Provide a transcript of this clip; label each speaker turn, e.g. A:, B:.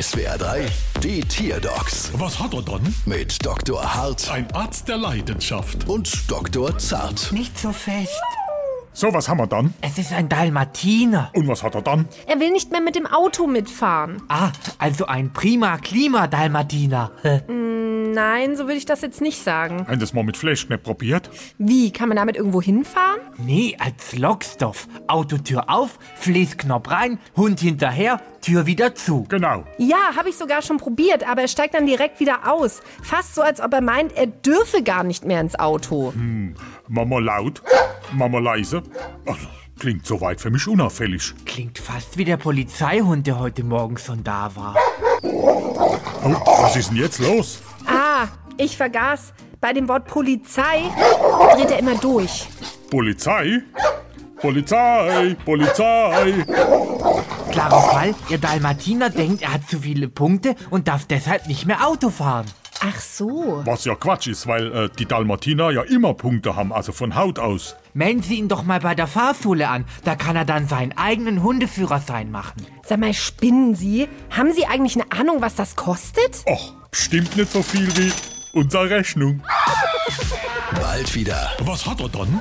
A: SWR 3, die Tierdocs
B: Was hat er dann?
A: mit Dr. Hart
B: Ein Arzt der Leidenschaft.
A: und Dr. Zart.
C: Nicht so fest.
B: So, was haben wir dann?
C: Es ist ein Dalmatiner.
B: Und was hat er dann?
D: Er will nicht mehr mit dem Auto mitfahren.
C: Ah, also ein prima Klima-Dalmatiner.
D: Nein, so würde ich das jetzt nicht sagen.
B: Haben das mal mit Fleischknepp probiert?
D: Wie, kann man damit irgendwo hinfahren?
C: Nee, als Lockstoff. Autotür auf, Fließknopf rein, Hund hinterher, Tür wieder zu.
B: Genau.
D: Ja, habe ich sogar schon probiert, aber er steigt dann direkt wieder aus. Fast so, als ob er meint, er dürfe gar nicht mehr ins Auto.
B: Mama laut, Mama leise. Also, klingt soweit für mich unauffällig.
C: Klingt fast wie der Polizeihund, der heute Morgen schon da war.
B: Oh, was ist denn jetzt los?
D: Ah, ich vergaß. Bei dem Wort Polizei dreht er immer durch.
B: Polizei? Polizei, Polizei.
C: Klarer Fall, ihr Dalmatiner denkt, er hat zu viele Punkte und darf deshalb nicht mehr Auto fahren.
D: Ach so.
B: Was ja Quatsch ist, weil äh, die Dalmatiner ja immer Punkte haben, also von Haut aus.
C: Melden Sie ihn doch mal bei der Fahrschule an, da kann er dann seinen eigenen Hundeführerschein machen.
D: Sag mal, spinnen Sie? Haben Sie eigentlich eine Ahnung, was das kostet?
B: Och, bestimmt nicht so viel wie unsere Rechnung.
A: Bald wieder.
B: Was hat er dann?